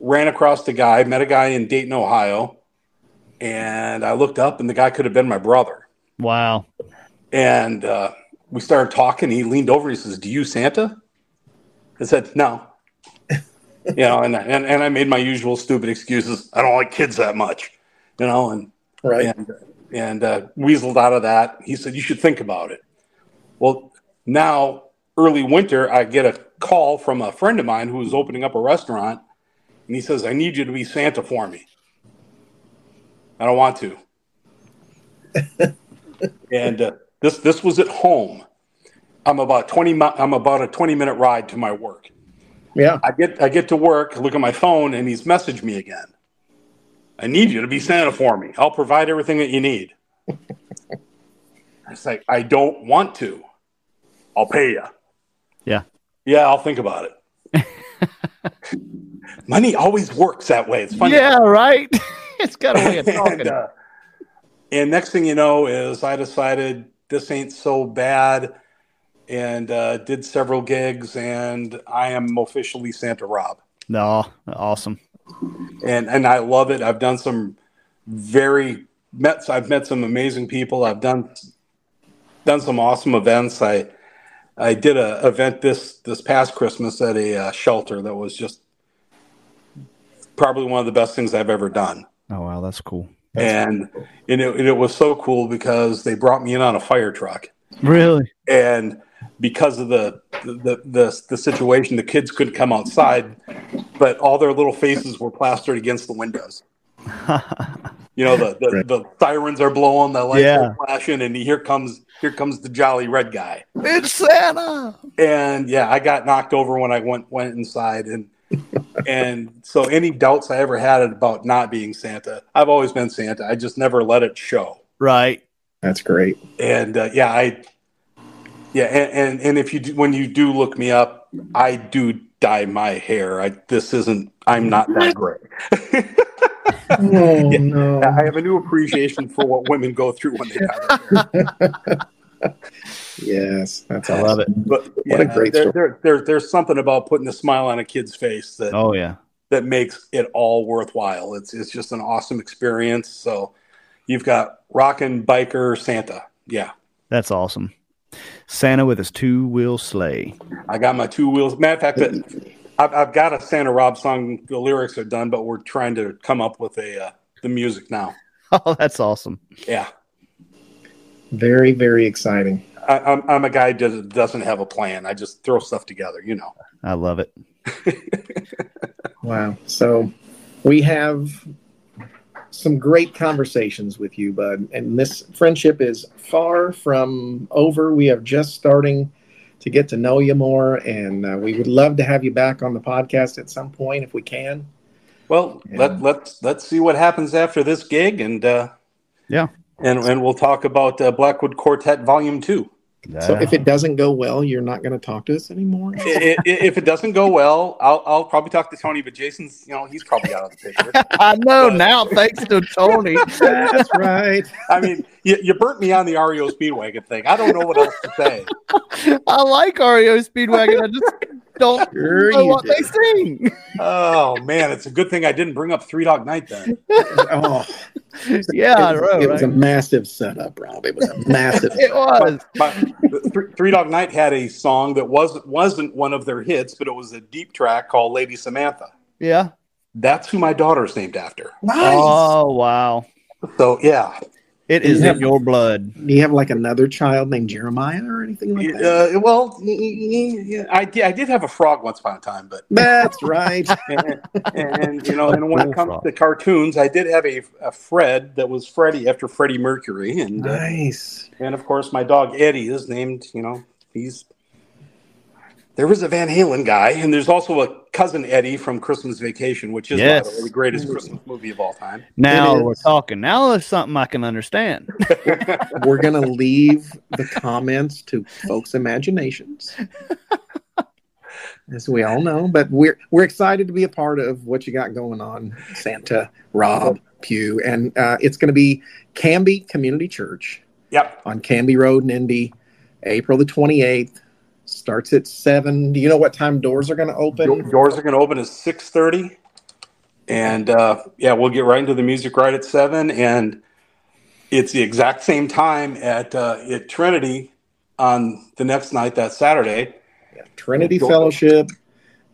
Speaker 3: ran across the guy, met a guy in Dayton, Ohio, and I looked up, and the guy could have been my brother.
Speaker 2: Wow.
Speaker 3: And uh, we started talking. He leaned over and he says, Do you Santa? I said, No. you know, and, and and I made my usual stupid excuses. I don't like kids that much, you know, and
Speaker 1: Right.
Speaker 3: and and uh, weaseled out of that. He said, "You should think about it." Well, now early winter, I get a call from a friend of mine who was opening up a restaurant, and he says, "I need you to be Santa for me." I don't want to. and uh, this this was at home. I'm about twenty. Mi- I'm about a twenty minute ride to my work.
Speaker 1: Yeah.
Speaker 3: I get I get to work, look at my phone, and he's messaged me again. I need you to be Santa for me. I'll provide everything that you need. it's like I don't want to. I'll pay you.
Speaker 2: Yeah.
Speaker 3: Yeah, I'll think about it.
Speaker 2: (laughs)
Speaker 3: Money always works that way. It's funny.
Speaker 2: Yeah, right. (laughs) it's got a way of
Speaker 3: (laughs)
Speaker 2: talking.
Speaker 3: and, uh, and next thing you know is I decided this ain't so bad, and uh, did several gigs, and I am officially Santa Rob.
Speaker 2: no, awesome.
Speaker 3: and and I love it. I've done some very met. I've met some amazing people. I've done done some awesome events. I I did a event this this past Christmas at a uh, shelter that was just probably one of the best things I've ever done.
Speaker 2: Oh wow, that's cool.
Speaker 3: and and it, and it was so cool because they brought me in on a fire truck
Speaker 2: (laughs) Really?
Speaker 3: and because of the the, the the situation, the kids couldn't come outside, but all their little faces were plastered against the windows. you know, the the,
Speaker 1: Right.
Speaker 3: the sirens are blowing, the lights
Speaker 2: Yeah.
Speaker 3: are flashing, and here comes here comes the jolly red guy.
Speaker 2: It's Santa.
Speaker 3: And yeah, I got knocked over when I went went inside, and (laughs) and so any doubts I ever had about not being Santa, I've always been Santa. I just never let it show
Speaker 2: Right.
Speaker 1: That's great.
Speaker 3: and uh, yeah, I yeah, and, and and if you do, when you do look me up, I do dye my hair. I this isn't I'm not that gray.
Speaker 1: (laughs) Oh no.
Speaker 3: I have a new appreciation for what women go through when they dye their hair.
Speaker 1: Yes, that's
Speaker 2: I
Speaker 1: awesome.
Speaker 2: love it.
Speaker 3: But yeah,
Speaker 1: What a great
Speaker 3: there,
Speaker 1: story.
Speaker 3: There, there, there's something about putting a smile on a kid's face that
Speaker 2: Oh yeah.
Speaker 3: that makes it all worthwhile. It's it's just an awesome experience. So you've got rockin' biker Santa. Yeah,
Speaker 2: That's awesome. Santa with his two wheel sleigh.
Speaker 3: I got my two wheels. Matter of fact, that I've, I've got a Santa Rob song. The lyrics are done, but we're trying to come up with a uh, the music now.
Speaker 2: (laughs) Oh, that's awesome.
Speaker 3: Yeah,
Speaker 1: Very, very exciting.
Speaker 3: I, I'm I'm a guy that doesn't- doesn't have a plan. I just throw stuff together, you know.
Speaker 2: I love it.
Speaker 1: Wow. So we have some great conversations with you, bud. And this friendship is far from over. We are just starting to get to know you more. And uh, we would love to have you back on the podcast at some point if we can.
Speaker 3: Well,
Speaker 1: Yeah.
Speaker 3: let let's let's see what happens after this gig, and uh,
Speaker 2: Yeah.
Speaker 3: and and we'll talk about uh, Blackwood Quartet Volume Two.
Speaker 1: So if it doesn't go well, you're not going to talk to us
Speaker 2: (laughs)
Speaker 1: anymore.
Speaker 3: I- I- if it doesn't go well, I'll I'll probably talk to Tony, but Jason's you know he's probably out of the picture.
Speaker 2: I know now, thanks to Tony.
Speaker 1: That's
Speaker 2: (laughs)
Speaker 1: right.
Speaker 3: I mean, you, you burnt me on the REO Speedwagon thing. I don't know what else to say.
Speaker 2: I like REO Speedwagon. I just don't
Speaker 1: (laughs) Sure
Speaker 2: know
Speaker 1: you
Speaker 2: what
Speaker 1: do.
Speaker 2: they sing.
Speaker 3: Oh man, it's a good thing I didn't bring up Three Dog Night then.
Speaker 1: Oh,
Speaker 2: yeah, I
Speaker 1: it, was,
Speaker 2: know,
Speaker 1: it was a
Speaker 2: right?
Speaker 1: massive setup, Rob. It was a massive.
Speaker 2: (laughs) It was.
Speaker 3: My, Three, Three Dog Night had a song that wasn't wasn't one of their hits, but it was a deep track called Lady Samantha.
Speaker 2: Yeah.
Speaker 3: That's who my daughter's named after.
Speaker 2: Oh wow.
Speaker 3: So yeah,
Speaker 2: It is
Speaker 1: Yeah.
Speaker 2: in your blood.
Speaker 1: Do you have like another child named Jeremiah or anything like that?
Speaker 3: uh, well, yeah, I did, I did have a frog once upon a time, but (laughs)
Speaker 1: That's right.
Speaker 3: and, and, you know, and when it comes
Speaker 2: Bullfrog.
Speaker 3: to cartoons, I did have a, a Fred that was Freddie after Freddie Mercury, and uh,
Speaker 1: nice.
Speaker 3: and of course my dog Eddie is named. You know, he's there was a Van Halen guy, and there's also a cousin Eddie from Christmas Vacation, which is by the
Speaker 2: Yes.
Speaker 3: way, the greatest Christmas movie of all time.
Speaker 1: (laughs)
Speaker 3: (laughs)
Speaker 2: Now
Speaker 1: is.
Speaker 2: we're talking. Now there's something I can understand.
Speaker 1: We're gonna leave the comments to folks' imaginations. As we all know, but we're we're excited to be a part of what you got going on, Santa, Rob, Pew, and uh, it's going to be Canby Community Church
Speaker 3: Yep.
Speaker 1: on Canby Road in Indy, April the twenty eighth. Starts at seven. Do you know what time doors are going to
Speaker 3: Door-
Speaker 1: open?
Speaker 3: Doors are going to open at six thirty, and uh, yeah, we'll get right into the music right at seven, and it's the exact same time at uh, at Trinity on the next night that Saturday.
Speaker 1: Trinity Fellowship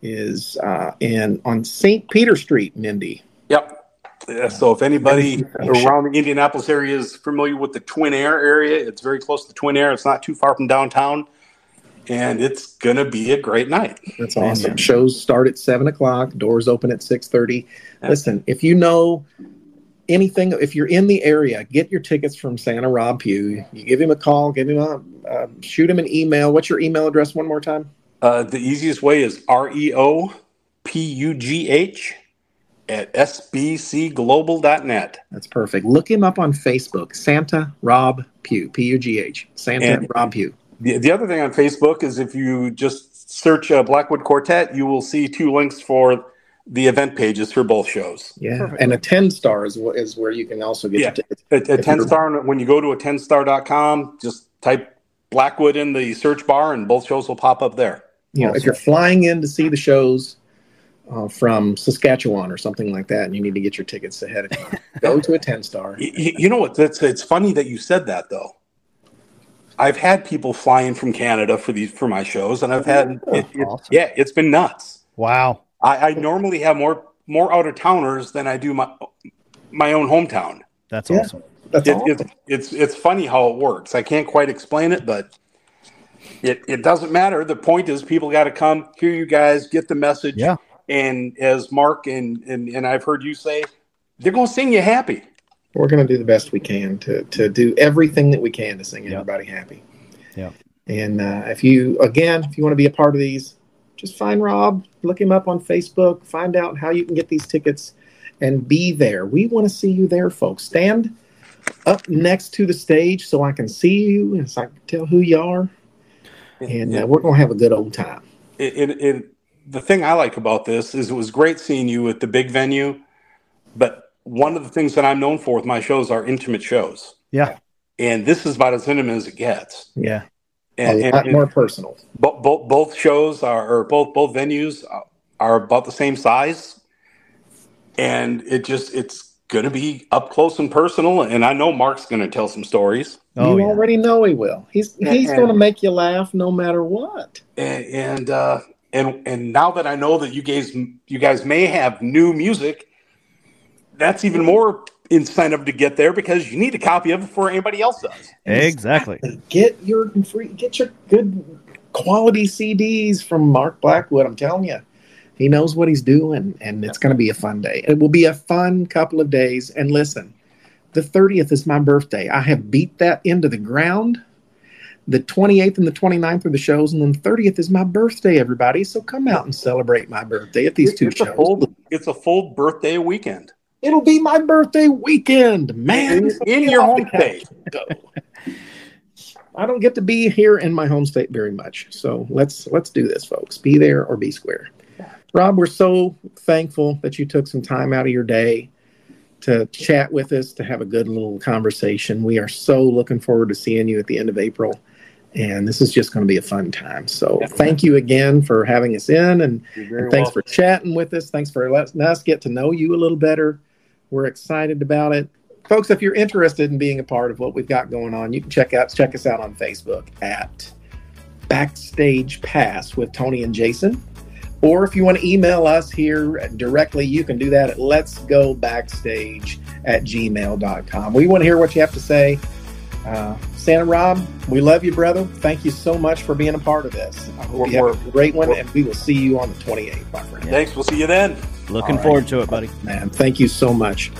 Speaker 1: is uh, in on St. Peter Street in Indy.
Speaker 3: Yep. Yeah, Uh, so if anybody around the Indianapolis area is familiar with the Twin Air area, it's very close to the Twin Air. It's not too far from downtown, and it's gonna be a great night.
Speaker 1: That's awesome. Shows start at seven o'clock. Doors open at six thirty. Listen, if you know anything, if you're in the area, get your tickets from Santa Rob Pugh. You give him a call. Give him a uh, shoot him an email. What's your email address? One more time.
Speaker 3: Uh, the easiest way is R E O P U G H at sbcglobal.net.
Speaker 1: That's perfect. Look him up on Facebook. Santa Rob Pugh. P U G H. Santa
Speaker 3: And-
Speaker 1: Rob Pugh.
Speaker 3: The, the other thing on Facebook is if you just search uh, Blackwood Quartet, you will see two links for the event pages for both shows.
Speaker 1: Yeah,
Speaker 2: Perfect.
Speaker 1: and a ten star is, wh- is where you can also get
Speaker 3: Yeah.
Speaker 1: your tickets.
Speaker 3: At, at
Speaker 1: If
Speaker 3: 10
Speaker 1: you're-
Speaker 3: star, when you go to a 10star.com, just type Blackwood in the search bar and both shows will pop up there.
Speaker 1: You know, if you're flying in to see the shows uh, from Saskatchewan or something like that, and you need to get your tickets ahead of (laughs) time, go to a ten star.
Speaker 3: Y- y- You know what? That's it's funny that you said that though. I've had people flying from Canada for these for my shows, and I've had it, it-
Speaker 2: Awesome.
Speaker 3: yeah, it's been nuts.
Speaker 2: Wow.
Speaker 3: I, I normally have more more out of towners than I do my my own hometown.
Speaker 2: That's
Speaker 1: Yeah.
Speaker 2: awesome.
Speaker 1: That's
Speaker 3: It,
Speaker 1: awesome.
Speaker 3: it's it's it's funny how it works. I can't quite explain it, but it it doesn't matter. The point is, people got to come hear you guys, get the message,
Speaker 2: Yeah.
Speaker 3: and as Mark and and and I've heard you say, they're gonna sing you happy.
Speaker 1: We're going to do the best we can to to do everything that we can to sing
Speaker 2: Yeah.
Speaker 1: everybody happy.
Speaker 2: Yeah.
Speaker 1: And uh, if you again, if you want to be a part of these, just find Rob, look him up on Facebook, find out how you can get these tickets, and be there. We want to see you there, folks. Stand up next to the stage so I can see you and so I can tell who you are. And uh, we're going to have a good old time.
Speaker 3: it, it, it the thing I like about this is it was great seeing you at the big venue, but one of the things that I'm known for with my shows are intimate shows,
Speaker 2: Yeah.
Speaker 3: and this is about as intimate as it gets.
Speaker 2: Yeah.
Speaker 3: And,
Speaker 1: a
Speaker 3: and,
Speaker 1: lot
Speaker 3: and
Speaker 1: more personal.
Speaker 3: bo- bo- both shows are or both both venues are- are about the same size, and it just it's going to be up close and personal. And I know Mark's going to tell some stories,
Speaker 2: Oh,
Speaker 1: you
Speaker 2: yeah.
Speaker 1: already know he will. He's
Speaker 3: Yeah,
Speaker 1: he's
Speaker 3: and-
Speaker 1: going to make you laugh no matter what.
Speaker 3: and and uh, and and now that I know that you guys you guys may have new music, that's even more incentive to get there because you need a copy of it before anybody else does.
Speaker 2: Exactly.
Speaker 1: (laughs) Get your free, get your good quality CDs from Mark Blackwood. I'm telling you, he knows what he's doing, and it's going to be a fun day. It will be a fun couple of days. And listen, the 30th is my birthday. I have beat that into the ground. The 28th and the 29th are the shows, and then 30th is my birthday. Everybody, so come out and celebrate my birthday at
Speaker 3: (laughs)
Speaker 1: these two
Speaker 3: it's
Speaker 1: shows.
Speaker 3: a full it's a full birthday weekend
Speaker 1: It'll be my birthday weekend, man.
Speaker 3: in, in your home
Speaker 1: Get off the couch
Speaker 3: state.
Speaker 1: go. I don't get to be here in my home state very much, so let's let's do this, folks. Be there or be square. Rob, we're so thankful that you took some time out of your day to chat with us, to have a good little conversation. We are so looking forward to seeing you at the end of April, and this is just going to be a fun time. So thank you again for having us in, and
Speaker 3: You're very
Speaker 1: and thanks
Speaker 3: welcome.
Speaker 1: for chatting with us. Thanks for letting us get to know you a little better. We're excited about it. Folks, if you're interested in being a part of what we've got going on, you can check out check us out on Facebook at Backstage Pass with Tony and Jason. Or if you want to email us here directly, you can do that at let's go backstage at gmail.com. We want to hear what you have to say. Uh, Santa Rob, we love you, brother. Thank you so much for being a part of this. I hope you have a great one, and we will see you on the 28th, my friend.
Speaker 3: Thanks. We'll see you then.
Speaker 2: Looking
Speaker 1: All right.
Speaker 2: forward to it, buddy.
Speaker 1: Man, thank you so much.